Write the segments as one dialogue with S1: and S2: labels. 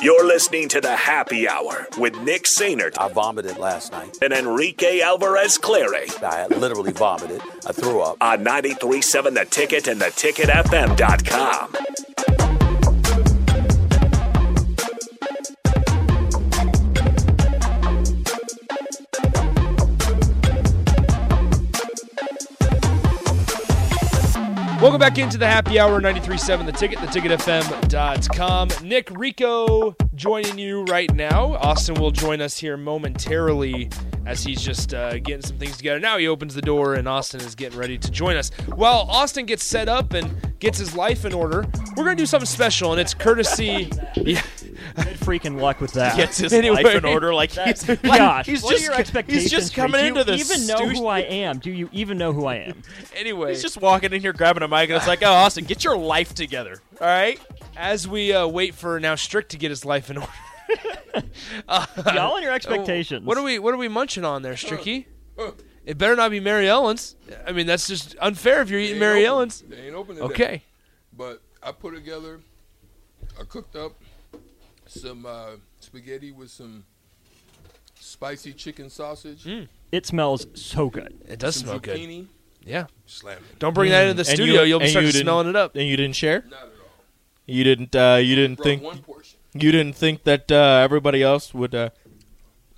S1: You're listening to the Happy Hour with Nick Sainert
S2: I vomited last night.
S1: and Enrique Alvarez Clary
S2: I literally vomited. I threw up.
S1: on 937 The Ticket and theticketfm.com.
S3: Welcome back into the happy hour 937 the ticket, theticketfm.com. Nick Rico joining you right now. Austin will join us here momentarily as he's just uh, getting some things together. Now he opens the door and Austin is getting ready to join us. While Austin gets set up and gets his life in order, we're going to do something special and it's courtesy. Yeah,
S4: freaking luck with that.
S5: Gets his
S3: Anyway.
S5: life in order. Like he's,
S4: Gosh,
S5: he's
S4: what
S5: just
S4: are your
S5: he's
S4: expectations?
S5: just
S4: for-
S5: coming
S4: Do
S5: into
S4: you
S5: this
S4: even know
S5: stu-
S4: who I am? Do you even know who I am?
S3: anyway.
S5: He's just walking in here, grabbing a mic, and it's like, oh, Austin, get your life together.
S3: All right. As we uh, wait for now Strick to get his life in order. Uh,
S4: Y'all and your expectations.
S3: What are we What are we munching on there, Stricky? It better not be Mary Ellen's. I mean, that's just unfair if you're eating Mary Ellen's.
S6: They ain't open today.
S3: Okay.
S6: But I put together, I cooked up some uh, spaghetti with some spicy chicken sausage,
S5: Hmm.
S4: It smells so good.
S3: It does
S6: some
S3: smell good.
S6: zucchini.
S3: Yeah.
S6: Slam it.
S3: Don't bring that into the
S5: And
S3: studio.
S5: you,
S3: You, will
S5: and
S3: start
S5: you didn't-
S3: smelling it up.
S5: And you didn't share.
S6: Not at all.
S5: You didn't. Uh, you didn't
S6: Brought
S5: think.
S6: one portion.
S5: You didn't think that uh, everybody else would uh,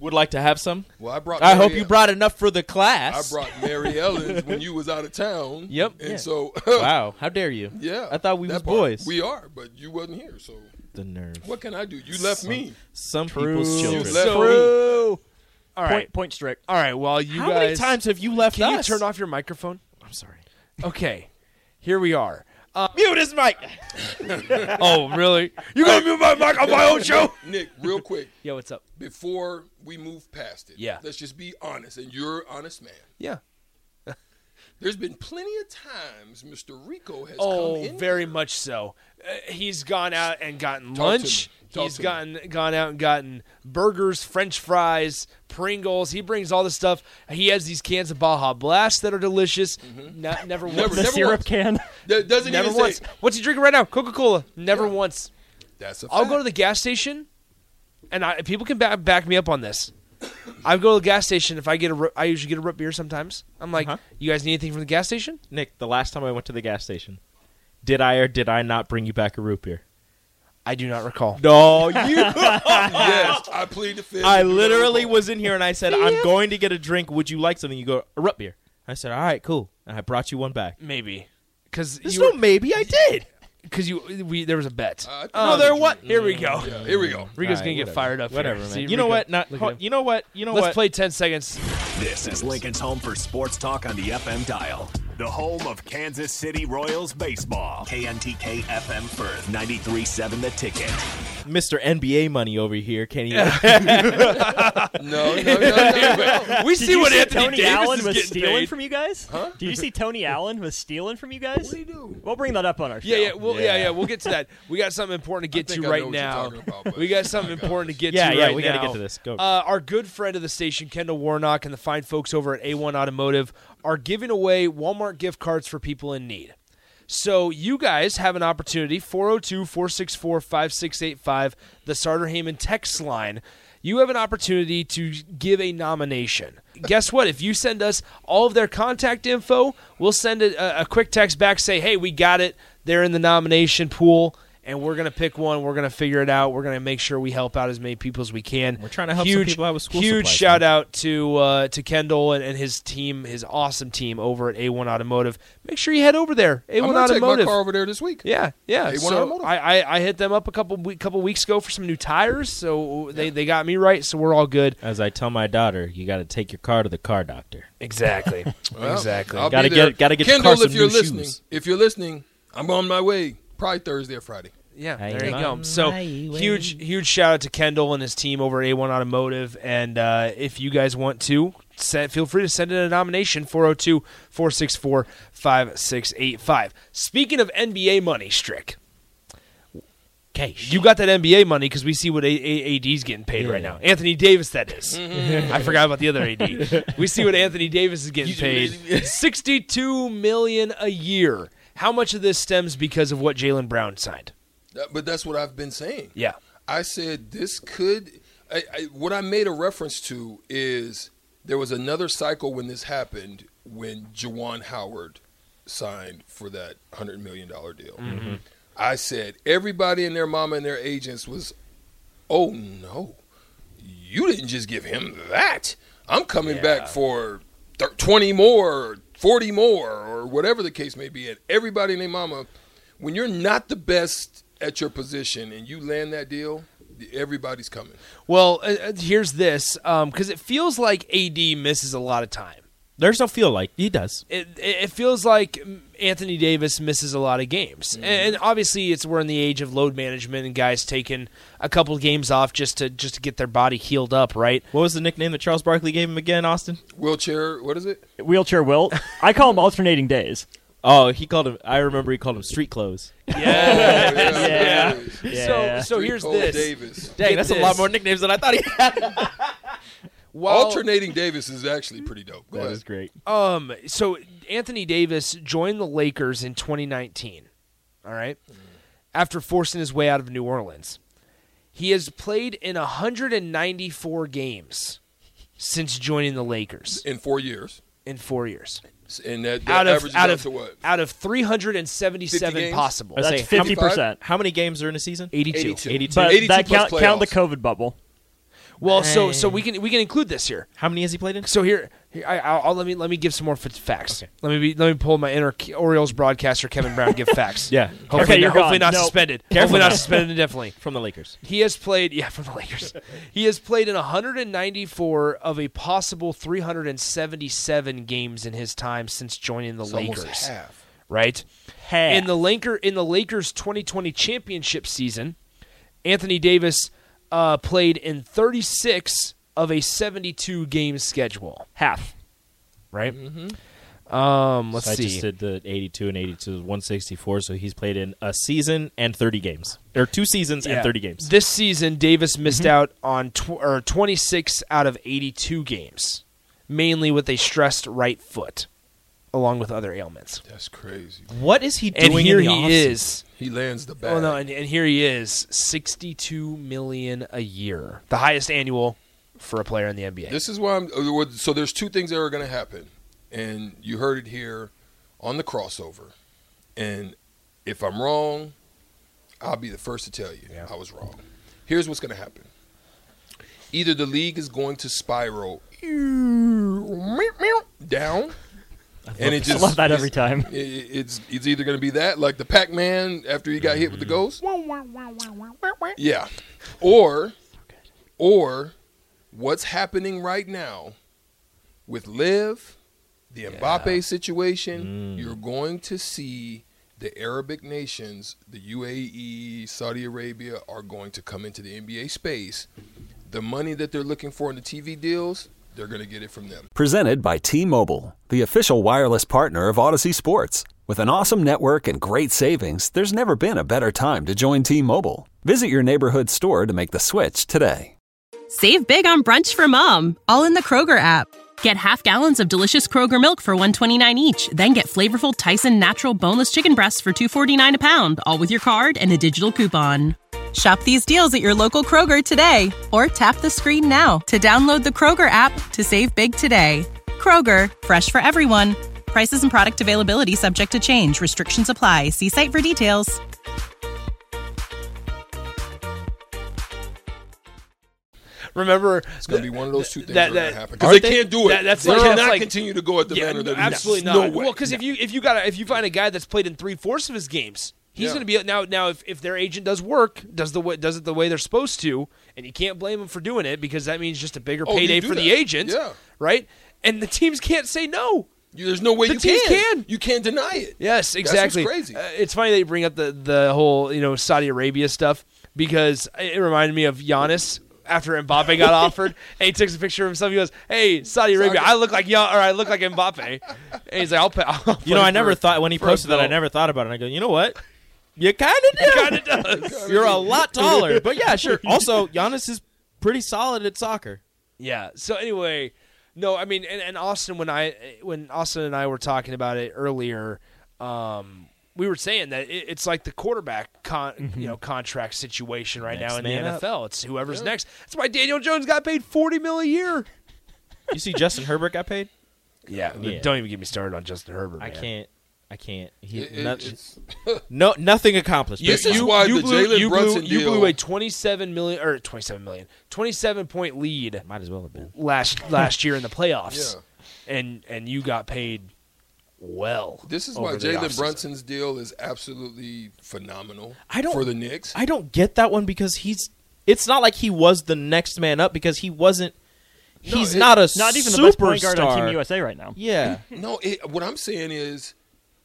S5: would like to have some.
S6: Well, I brought.
S5: I hope
S6: Mary
S5: you
S6: Ellen-
S5: brought enough for the
S6: I
S5: class.
S6: brought Mary Ellen's when you was out of town.
S5: Yep.
S6: And
S5: Yeah.
S6: so.
S5: Wow, how dare you?
S6: Yeah.
S5: I thought we
S6: that
S5: was
S6: part.
S5: boys.
S6: We are, but you wasn't here, so
S5: the nerve.
S6: what can I do? You left me.
S5: Some people's
S6: You
S5: children.
S6: left me.
S3: True. All right.
S4: Point, point strict.
S3: All right. While you
S5: how
S3: guys,
S5: many times have you left
S3: can
S5: us?
S3: you turn off your microphone?
S5: I'm sorry.
S3: Okay. Here we are. Uh,
S5: Mute his mic.
S3: oh, really? You're gonna mute my mic on my own show?
S6: Nick, real quick,
S3: Yo, what's up?
S6: before we move past it,
S3: Yeah.
S6: let's just be honest, and you're an honest man.
S3: Yeah.
S6: There's been plenty of times Mr. Rico has
S3: Oh,
S6: come in.
S3: very much so. Uh, he's gone out and gotten
S6: to
S3: lunch.
S6: me. Talk
S3: He's
S6: to me.
S3: gotten gone out and gotten burgers, French fries, Pringles. He brings all this stuff. He has these cans of Baja Blast that are delicious. Not, never once.
S6: Mm-hmm. Never-
S4: The syrup
S6: once.
S4: can.
S6: That doesn't
S3: never
S6: even
S3: once.
S6: say
S3: What's he drinking right now? Coca Cola. Never once.
S6: that's a fact.
S3: I'll go to the gas station, and I, people can back, back me up on this. I go to the gas station if I get a. ro- I usually get a root beer sometimes. I'm like,
S5: Uh-huh.
S3: you guys need anything from the gas station?
S5: Nick, the last time I went to the gas station, did I or did I not bring you back a root beer?
S3: I do not recall.
S5: No, you.
S6: yes, I plead the fifth.
S5: I literally was in here and I said, "I'm going to get a drink. Would you like something?" You go, "A root beer." I said, "All right, cool." And I brought you one back.
S3: Maybe because
S5: There's
S3: you
S5: no maybe. I did.
S3: because you we there was a bet.
S6: I think-
S5: um,
S3: oh, there what? Here we go.
S6: Yeah, here we go.
S3: Rico's
S5: All right,
S3: gonna get
S5: whatever.
S3: fired up.
S5: Whatever,
S3: here.
S5: man.
S3: See,
S5: you know
S3: Rico,
S5: what? Not.
S3: look at
S5: hold-
S3: him.
S5: you know what? You know
S3: Let's
S5: what?
S3: play ten seconds.
S1: This is Lincoln's home for sports talk on the FM dial. The home of Kansas City Royals baseball. KNTK FM Firth, 93.7 The Ticket.
S5: Mr. NBA money over here. Can you?
S6: No, no, no, no, no.
S3: We
S4: Did
S3: see
S4: you
S3: what
S4: see
S3: Anthony
S4: Tony
S3: Davis
S4: Allen
S3: is
S4: was
S3: getting
S4: stealing
S3: paid.
S4: from you guys? Huh? Did you see Tony Allen was stealing from you guys?
S6: What do you do?
S4: We'll bring that up on our show.
S3: Yeah, yeah, well, yeah,
S5: Yeah.
S3: yeah. We'll get to that. We got something important to get
S6: think
S3: to
S6: I know
S3: right
S6: what you're
S3: now.
S6: talking about, but-
S3: we got something important to get
S5: Yeah,
S3: to
S5: yeah,
S3: right
S5: we
S3: got
S5: gotta
S3: to
S5: get to this. Go.
S3: Uh, our good friend of the station, Kendall Warnock, and the fine folks over at A1 Automotive are giving away Walmart gift cards for people in need. So you guys have an oh opportunity 402 464 5685, the Sarter Heyman text line. you have an opportunity to give a nomination. Guess what? If you send us all of their contact info, we'll send a, a quick text back, say, hey, we got it. They're in the nomination pool. And we're gonna pick one. We're gonna figure it out. We're gonna make sure we help out as many people as we can. We're
S5: trying to help some
S3: huge,
S5: people out with school
S3: Huge
S5: supplies,
S3: shout out to uh, to Kendall and, and his team, his awesome team over at A1 Automotive. Make sure you head over there. A1
S6: I'm gonna take
S3: Automotive.
S6: my car over there this week.
S3: Yeah, yeah.
S6: A1
S3: so
S6: Automotive.
S3: I, I I hit them up a couple we- couple weeks ago for some new tires, so they, they got me right, so we're all good.
S5: As I tell my daughter, you got to take your car to the car doctor.
S3: Exactly,
S6: Well,
S3: exactly.
S6: I'll be
S5: Gotta
S6: there.
S5: get- gotta get the
S6: Kendall.
S5: car some
S6: if you're
S5: new
S6: listening,
S5: shoes.
S6: if you're listening, I'm on my way. Probably Thursday or Friday.
S3: Yeah, there you go. So huge, huge shout out to Kendall and his team over at A1 Automotive. And uh, if you guys want to, send, feel free to send in a nomination 402 464 5685. Speaking of NBA money, Strick. Okay, you got that NBA money because we see what A- A- AD's getting paid right now. Anthony Davis, that is. I forgot about the other AD. We see what Anthony Davis is getting paid. Sixty-two million a year. How much of this stems because of what Jalen Brown signed?
S6: That- But that's what I've been saying.
S3: Yeah.
S6: I said this could. I, I, what I made a reference to is there was another cycle when this happened when Jawan Howard signed for that hundred million dollar deal.
S7: Mhm.
S6: I said everybody and their mama and their agents was, oh no, you didn't just give him that. I'm coming back for thir- twenty more, forty more, or whatever the case may be. And everybody and their mama, when you're not the best at your position and you land that deal, everybody's coming.
S3: Well, uh, uh, here's this because it feels like AD misses a lot of time.
S5: There's no feel like he does.
S3: It, it it feels like Anthony Davis misses a lot of games,
S5: Mm-hmm.
S3: and and obviously it's we're in the age of load management and guys taking a couple games off just to just to get their body healed up, right?
S5: What was the nickname that Charles Barkley gave him again, Austin?
S6: Wheelchair, what is it?
S4: Wheelchair Wilt. I call him alternating days.
S5: Oh, he called him. I remember he called him street clothes.
S4: Yeah.
S3: Yeah.
S4: Yeah.
S3: So so
S6: Street
S3: here's
S6: Cole
S3: this.
S6: Davis.
S3: Get
S5: Dang, that's a lot
S3: this.
S5: more nicknames than I thought he had.
S3: While-
S6: Alternating Davis is actually pretty dope. Go ahead.
S5: great.
S3: Um, so Anthony Davis joined the Lakers in 2019. All right,
S6: Mm.
S3: after forcing his way out of New Orleans, he has played in 194 games since joining the Lakers
S6: in four years.
S3: In four years,
S6: And that, that
S3: out of
S6: averages
S3: out
S6: out
S3: of
S6: to what?
S3: out of 377
S6: games?
S3: possible.
S5: I'd say, how many-
S4: 50%.
S5: How many games are in a season?
S3: 82.
S5: 82.
S4: But
S5: 82.
S4: that count, count the COVID bubble.
S3: Well, so so we can we can include this here.
S5: How many has he played in?
S3: So here, here I, I'll, I'll- let me let me give some more f- facts. Let me be, let me pull my inner K- Orioles broadcaster Kevin Brown give facts.
S5: Yeah.
S3: hopefully,
S5: Okay, you're
S3: not, hopefully
S5: gone.
S3: not
S5: Nope.
S3: suspended.
S5: Careful
S3: hopefully not
S5: now.
S3: suspended indefinitely.
S5: From the Lakers.
S3: He has played, yeah, from the Lakers. he has played in 194 of a possible 377 games in his time since joining the
S6: It's almost
S3: Lakers.
S6: half.
S3: Right?
S4: Half.
S3: In the Laker in the Lakers 2020 championship season, Anthony Davis uh, played in 36 of a 72 game schedule.
S4: Half.
S3: Right? Um,
S5: Mm-hmm.
S3: let's
S5: So I
S3: see.
S5: just did the 82 and 82 is 164, so he's played in a season and 30 games. Or two seasons
S3: Yeah.
S5: and 30 games. Mm-hmm.
S3: This season, Davis missed out on tw- or 26 out of 82 games, mainly with a stressed right foot, along with other ailments.
S6: That's crazy.
S5: What is he doing
S3: And here
S5: in the
S3: he
S5: offseason?
S3: is.
S6: He lands the bag.
S3: Oh no, and, and here he is, 62 million a year, the highest annual for a player in the NBA.
S6: This is why I'm. uh, what- So there's two things that are going to happen, and you heard it here on the crossover. And if I'm wrong, I'll be the first to tell you I was wrong. Here's what's going to happen: either the league is going to spiral down, and
S4: love-
S6: it
S4: I
S6: just
S4: love that
S6: it's-
S4: every time.
S6: i- i- it's it's either going to be that, like the Pac-Man after he got hit
S4: Mm-hmm.
S6: with the ghost. Yeah. Or or what's happening right now with Liv, the Mbappe situation,
S3: Mm.
S6: you're going to see the Arabic nations, the UAE, Saudi Arabia are going to come into the NBA space. The money that they're looking for in the TV deals, they're going to get it from them.
S8: Presented by T Mobile, the official wireless partner of Odyssey Sports. With an awesome network and great savings, there's never been a better time to join T Mobile. Visit your neighborhood store to make the switch today.
S9: Save big on brunch for mom, all in the Kroger app. Get half gallons of delicious Kroger milk for 129 each, then get flavorful Tyson natural boneless chicken breasts for 249 a pound, all with your card and a digital coupon. Shop these deals at your local Kroger today or tap the screen now to download the Kroger app to save big today. Kroger, fresh for everyone. Prices and product availability subject to change. Restrictions apply. See site for details.
S3: Remember,
S6: it's going to be one of those two things that, are
S3: that-
S6: going
S3: that-
S6: to happen because they
S3: aren't they-
S6: can't do it.
S3: that- that's
S6: they
S3: like-
S6: cannot
S3: that's like-
S6: continue to go at the
S3: Yeah,
S6: manner
S3: no,
S6: that it is.
S3: absolutely
S6: No
S3: not.
S6: way.
S3: Well, because if you if you got a, if you find a guy that's played in three fourths of his games, he's
S6: Yeah.
S3: going to be now now if, if their agent does work does the way, does it the way they're supposed to, and you can't blame him for doing it because that means just a bigger
S6: Oh, you
S3: payday
S6: do
S3: for the
S6: that.
S3: agent,
S6: Yeah.
S3: right? And the teams can't say no.
S6: there's no way
S3: the
S6: you
S3: teams
S6: can.
S3: can.
S6: You can't deny it.
S3: Yes,
S6: That's what's
S3: exactly.
S6: crazy.
S3: Uh, it's funny that you bring up the, the whole you know Saudi Arabia stuff because it reminded me of Giannis after Mbappe got offered, and he takes a picture of himself. He goes, "Hey, Saudi Arabia, I look like Gian, or I look like Mbappe." And he's like, "I'll, pay, I'll
S5: You know,
S3: play
S5: I never
S3: for-
S5: thought when he
S3: for
S5: posted that. I
S3: Brazil."
S5: never thought about it. And I go, you know what? You kind of do. kind of does. You're a lot taller, but yeah, sure. Also, Giannis is pretty solid at soccer.
S3: Yeah. So anyway, no, I mean, and, and Austin, when I when Austin and I were talking about it earlier, um, we were saying that it, it's like the quarterback con, you know contract situation right
S5: Mm-hmm. Next
S3: now in
S5: man
S3: the
S5: up.
S3: NFL. It's whoever's next. That's why Daniel Jones got paid forty mil a year.
S5: You see, Justin Herbert got paid.
S3: Yeah,
S5: Yeah.
S3: Don't even get me started on Justin Herbert.
S5: I
S3: man.
S5: can't. I can't. He,
S6: It- it-
S5: not-
S6: it's-
S5: no, nothing accomplished.
S6: This
S5: basically.
S6: is why
S3: You
S6: the
S3: blew,
S6: Jalen
S3: you, blew,
S6: Brunson
S3: you
S6: deal.
S3: blew a 27 million or 27 million 27 point lead
S5: might as well have been.
S3: last last year in the playoffs and and you got paid well
S6: This is
S3: over
S6: why
S3: the
S6: Jalen
S3: offseason.
S6: Brunson's deal is absolutely phenomenal
S5: I don't-
S6: for the Knicks.
S5: I don't get that one because he's. It's not like he was the next man up because he wasn't.
S6: No,
S5: He's
S6: it-
S5: not a
S4: Not even
S5: superstar.
S4: the best point guard on Team USA right now.
S5: Yeah.
S6: No, it, what I'm saying is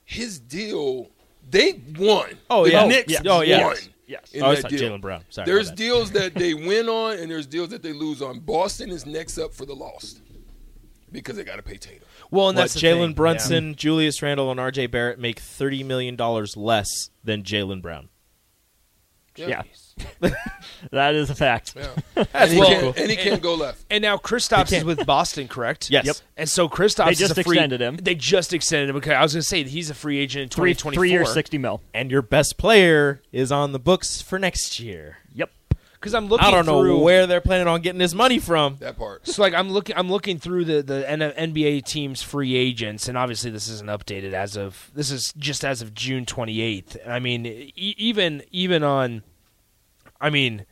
S6: his deal. They won.
S5: Oh,
S6: the
S5: yeah.
S6: Knicks
S5: Yeah. Oh, yeah.
S6: won.
S4: Yes.
S6: in
S5: Oh, it's
S6: that
S5: not
S6: deal.
S5: Jalen Brown. Sorry, my
S6: there's
S5: bad.
S6: deals that they win on, and there's deals that they lose on. Boston is next up for the lost because they got to pay Tatum.
S3: well and
S5: What,
S3: that's the thing,
S5: Jalen
S3: yeah.
S5: Brunson, Julius Randle, and R.J. Barrett make thirty million dollars less than Jalen Brown.
S4: Yeah. that is a fact.
S6: Yeah.
S5: That's
S6: and, he
S5: well-
S6: can't, and he can't go left.
S3: and now Kristaps is with Boston, correct?
S5: Yes. Yep.
S3: And so Kristaps
S4: They
S3: is
S4: just
S3: a free,
S4: extended him.
S3: They just extended him. Okay, I was going to say that he's a free agent in
S4: Three,
S3: 2024.
S4: three years, 60 mil.
S5: And your best player is on the books for next year.
S4: Yep.
S3: Because I'm looking.
S5: I don't know
S3: through-
S5: where they're planning on getting this money from.
S6: That part.
S3: So like I'm looking, I'm looking through the the N- NBA team's free agents, and obviously this isn't updated as of this is just as of June 28th. And I mean, e- even even on, I mean,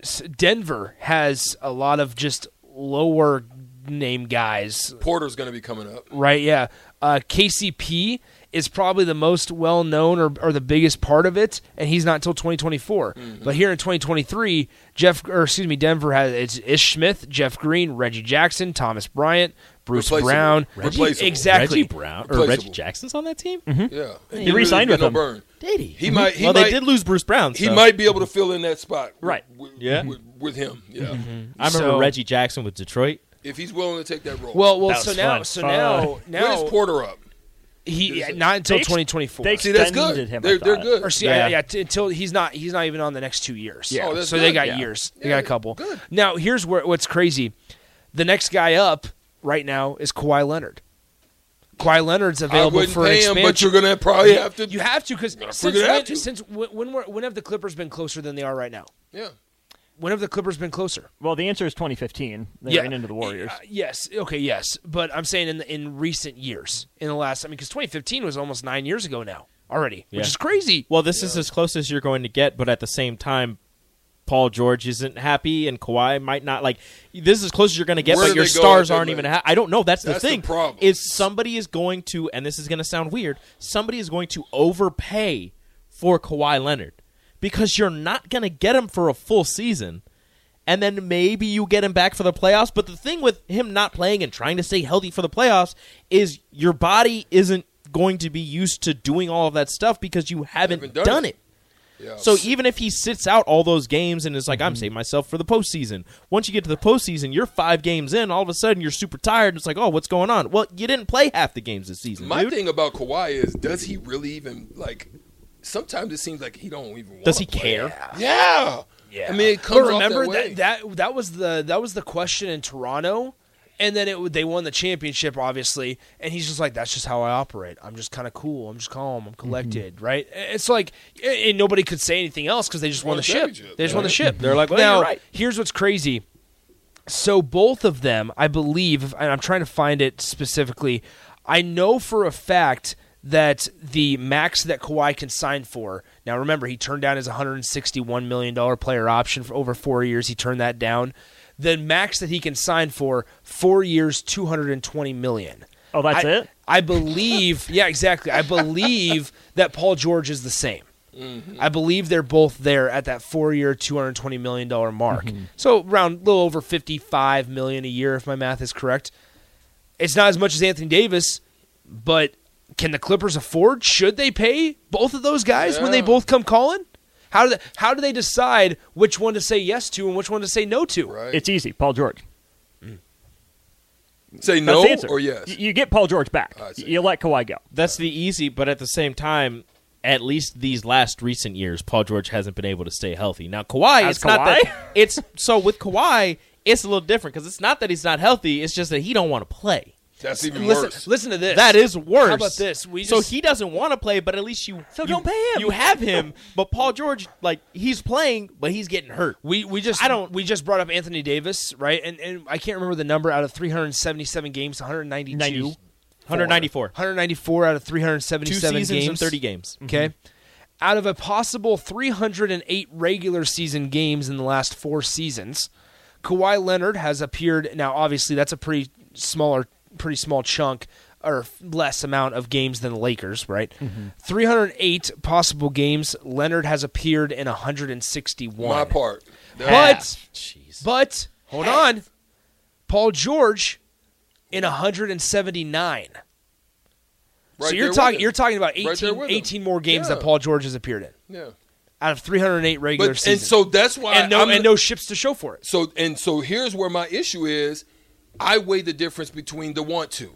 S3: s- Denver has a lot of just lower name guys,
S6: Porter's going to be coming up.
S3: right? Yeah, uh, KCP is probably the most well known or, or the biggest part of it, and he's not until 2024.
S6: Mm-hmm.
S3: But here in 2023, Jeff or excuse me, Denver has it's Ish Smith, Jeff Green, Reggie Jackson, Thomas Bryant, Bruce
S6: Replaceable.
S3: Brown,
S6: Reggie- Replaceable.
S3: exactly.
S5: Reggie Brown or
S6: Replaceable.
S5: Reggie Jackson's on that team. Mm-hmm.
S6: Yeah,
S4: He re-signed
S6: didn't
S4: with
S6: get no burn.
S5: Did he?
S6: He might- he
S5: well, they
S6: might-
S5: did lose Bruce Brown.
S6: He
S5: so-
S6: might be able to fill in that spot. with-
S4: Right.
S6: With,
S5: Yeah. Mm-hmm.
S6: With, with him. Yeah.
S5: I remember
S3: So-
S5: Reggie Jackson with Detroit.
S6: If he's willing to take that role.
S3: Well, well,
S4: That
S3: so
S4: was
S3: now,
S4: fun.
S3: so
S4: Fun.
S3: now,
S6: when
S3: now
S6: is Porter up?
S3: he yeah, not until
S4: They ex-
S3: 2024.
S4: they
S6: See, that's good.
S4: Extended him, I
S6: they're, they're
S4: thought.
S6: good.
S3: Or see,
S5: Yeah.
S3: yeah, yeah t- until he's not he's not even on the next two years.
S6: Yeah. Oh, that's
S3: so they
S6: good.
S3: got
S6: Yeah.
S3: years. They
S6: Yeah,
S3: got a couple.
S6: good.
S3: Now here's where what's crazy. The next guy up right now is Kawhi Leonard. Kawhi Leonard's
S6: I
S3: available
S6: wouldn't
S3: for
S6: pay
S3: expansion.
S6: him, but you're going to probably have to.
S3: You have to because
S6: You're
S3: since
S6: gonna have
S3: when,
S6: to.
S3: since when when, were, when have the Clippers been closer than they are right now?
S6: yeah.
S3: When have the Clippers been closer?
S4: Well, the answer is 2015. They ran into the Warriors.
S3: Uh, yes. Okay. Yes. But I'm saying in in recent years, in the last, I mean, because 2015 was almost nine years ago now already,
S5: Yeah.
S3: which is crazy.
S5: Well, this is as close as you're going to get, but at the same time, Paul George isn't happy, and Kawhi might not like. This is as close as you're going to get,
S6: Where do
S5: but your
S6: they go if
S5: stars
S6: they
S5: aren't even.
S6: lose?
S5: Ha- I don't know. That's,
S6: That's
S5: the
S6: the
S5: thing.
S6: problem.
S5: Is somebody is going to, and this is going to sound weird. Somebody is going to overpay for Kawhi Leonard because you're not going to get him for a full season. And then maybe you get him back for the playoffs. But the thing with him not playing and trying to stay healthy for the playoffs is your body isn't going to be used to doing all of that stuff because you haven't,
S6: Haven't
S5: done,
S6: done
S5: it.
S6: it. Yeah.
S5: So even if he sits out all those games and is like, I'm saving myself for the postseason. Once you get to the postseason, you're five games in. All of a sudden, you're super tired. It's like, oh, what's going on? Well, you didn't play half the games this season,
S6: My
S5: dude.
S6: thing about Kawhi is, does he really even like? Sometimes it seems like he don't even. wanna
S5: Does he
S6: play.
S5: care?
S6: Yeah.
S3: Yeah.
S6: I mean, it comes
S3: but
S6: off
S3: remember
S6: that way.
S3: that, that that was the that was the question in Toronto And then it they won the championship, obviously, and he's just like, "That's just how I operate. I'm just kind of cool. I'm just calm.
S6: Mm-hmm.
S3: I'm collected." Right? It's like, and nobody could say anything else because they just won, the ship. They just won the ship. They're like,
S5: Well,
S3: now
S5: you're right.
S3: here's what's crazy. So both of them, I believe, and I'm trying to find it specifically. I know for a fact that the max that Kawhi can sign for. Now remember, he turned down his 161 million dollar player option for over four years. He turned that down. The max that he can sign for four years, 220 million.
S4: Oh, that's
S3: I-
S4: it?
S3: I believe. yeah, exactly. I believe that Paul George is the same. I believe they're both there at that four-year, two hundred twenty million dollar mark.
S5: Mm-hmm.
S3: So around a little over fifty-five million a year, if my math is correct. It's not as much as Anthony Davis, but can the Clippers afford? Should they pay both of those guys when they
S5: Yeah.
S3: both come calling? How do they, how do they decide which one to say yes to and which one to say no to?
S4: It's easy. Paul George.
S6: Say
S4: That's the answer. Y- You get Paul George back.
S5: You
S4: let Kawhi go.
S5: That's the easy, but at the same time, at least these last recent years, Paul George hasn't been able to stay healthy. Now Kawhi,
S4: As
S5: it's not
S4: Kawhi?
S5: that it's so with Kawhi, it's a little different because it's not that he's not healthy; it's just that he don't want to play.
S6: That's even
S5: listen,
S6: worse.
S3: Listen to this.
S5: That is worse.
S3: How about this? We
S5: so
S3: just-
S5: he doesn't want to play, but at least you so
S3: don't pay him.
S5: You have him, but Paul George, like he's playing, but he's getting hurt.
S3: We we just I don't we just brought up Anthony Davis, right? And and I can't remember the number out of 377 games, 192.
S5: 194.
S3: 194 out of 377
S5: Two seasons
S3: games.
S5: and 30 games.
S3: Okay. Out of a possible 308 regular season games in the last 4 seasons, Kawhi Leonard has appeared now obviously that's a pretty smaller pretty small chunk or less amount of games than the Lakers, right? 308 possible games, Leonard has appeared in 161.
S6: My part.
S3: But, but hold on, Paul George in 179.
S6: Right
S3: so you're
S6: there
S3: talking
S6: with
S3: you're
S6: him.
S3: talking about
S6: Right there
S3: 18,
S6: with him.
S3: 18 more games that
S6: Yeah.
S3: Paul George has appeared in
S6: Yeah.
S3: out of 308 regular
S6: But,
S3: season.
S6: and so that's why
S3: and no
S6: I'm-
S3: and no ships to show for it.
S6: So and so here's where my issue is. I weigh the difference between the want to,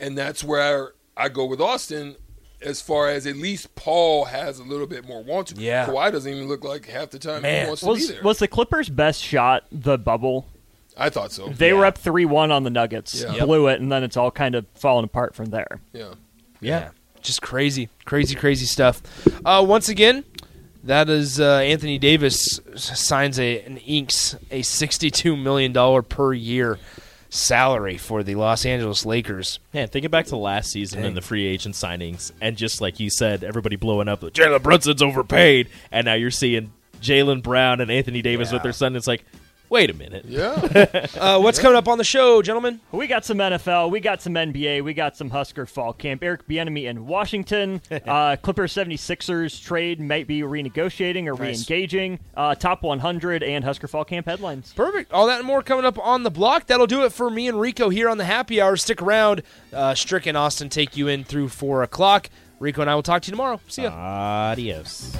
S6: and that's where I go with Austin. As far as at least Paul has a little bit more want to.
S4: Yeah.
S6: Kawhi doesn't even look like half the time he wants to be
S4: was,
S6: there.
S4: was the Clippers' best shot the bubble?
S6: I thought so.
S4: They were up three one on the Nuggets,
S6: Yeah.
S4: blew it, and then it's all kind of falling apart from there.
S6: Yeah.
S3: Yeah. Just crazy, crazy, crazy stuff. Uh, once again, that is uh, Anthony Davis signs a an inks a sixty-two million dollar per year salary for the Los Angeles Lakers.
S5: Man, thinking back to last season and the free agent signings, and just like you said, everybody blowing up. like, Jalen Brunson's overpaid, and now you're seeing Jalen Brown and Anthony Davis with their son. It's like, wait a minute.
S6: Yeah.
S3: uh, what's coming up on the show, gentlemen?
S4: We got some NFL, we got some NBA, we got some Husker fall camp. Eric Bieniemy in Washington. uh, Clippers 76ers trade might be renegotiating or
S3: Nice.
S4: re-engaging. Uh, top 100 and Husker fall camp headlines.
S3: Perfect. All that and more coming up on the block. That'll do it for me and Rico here on the Happy Hour. Stick around. Uh, Strick and Austin take you in through four o'clock. Rico and I will talk to you tomorrow. See ya.
S5: Adios.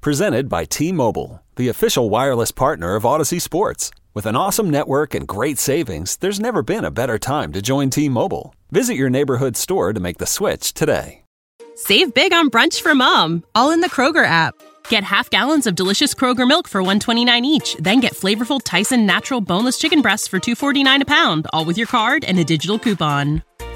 S8: Presented by T Mobile, the official wireless partner of Odyssey Sports. With an awesome network and great savings, there's never been a better time to join T Mobile. Visit your neighborhood store to make the switch today.
S9: Save big on brunch for mom, all in the Kroger app. Get half gallons of delicious Kroger milk for 129 each, then get flavorful Tyson natural boneless chicken breasts for 249 a pound, all with your card and a digital coupon.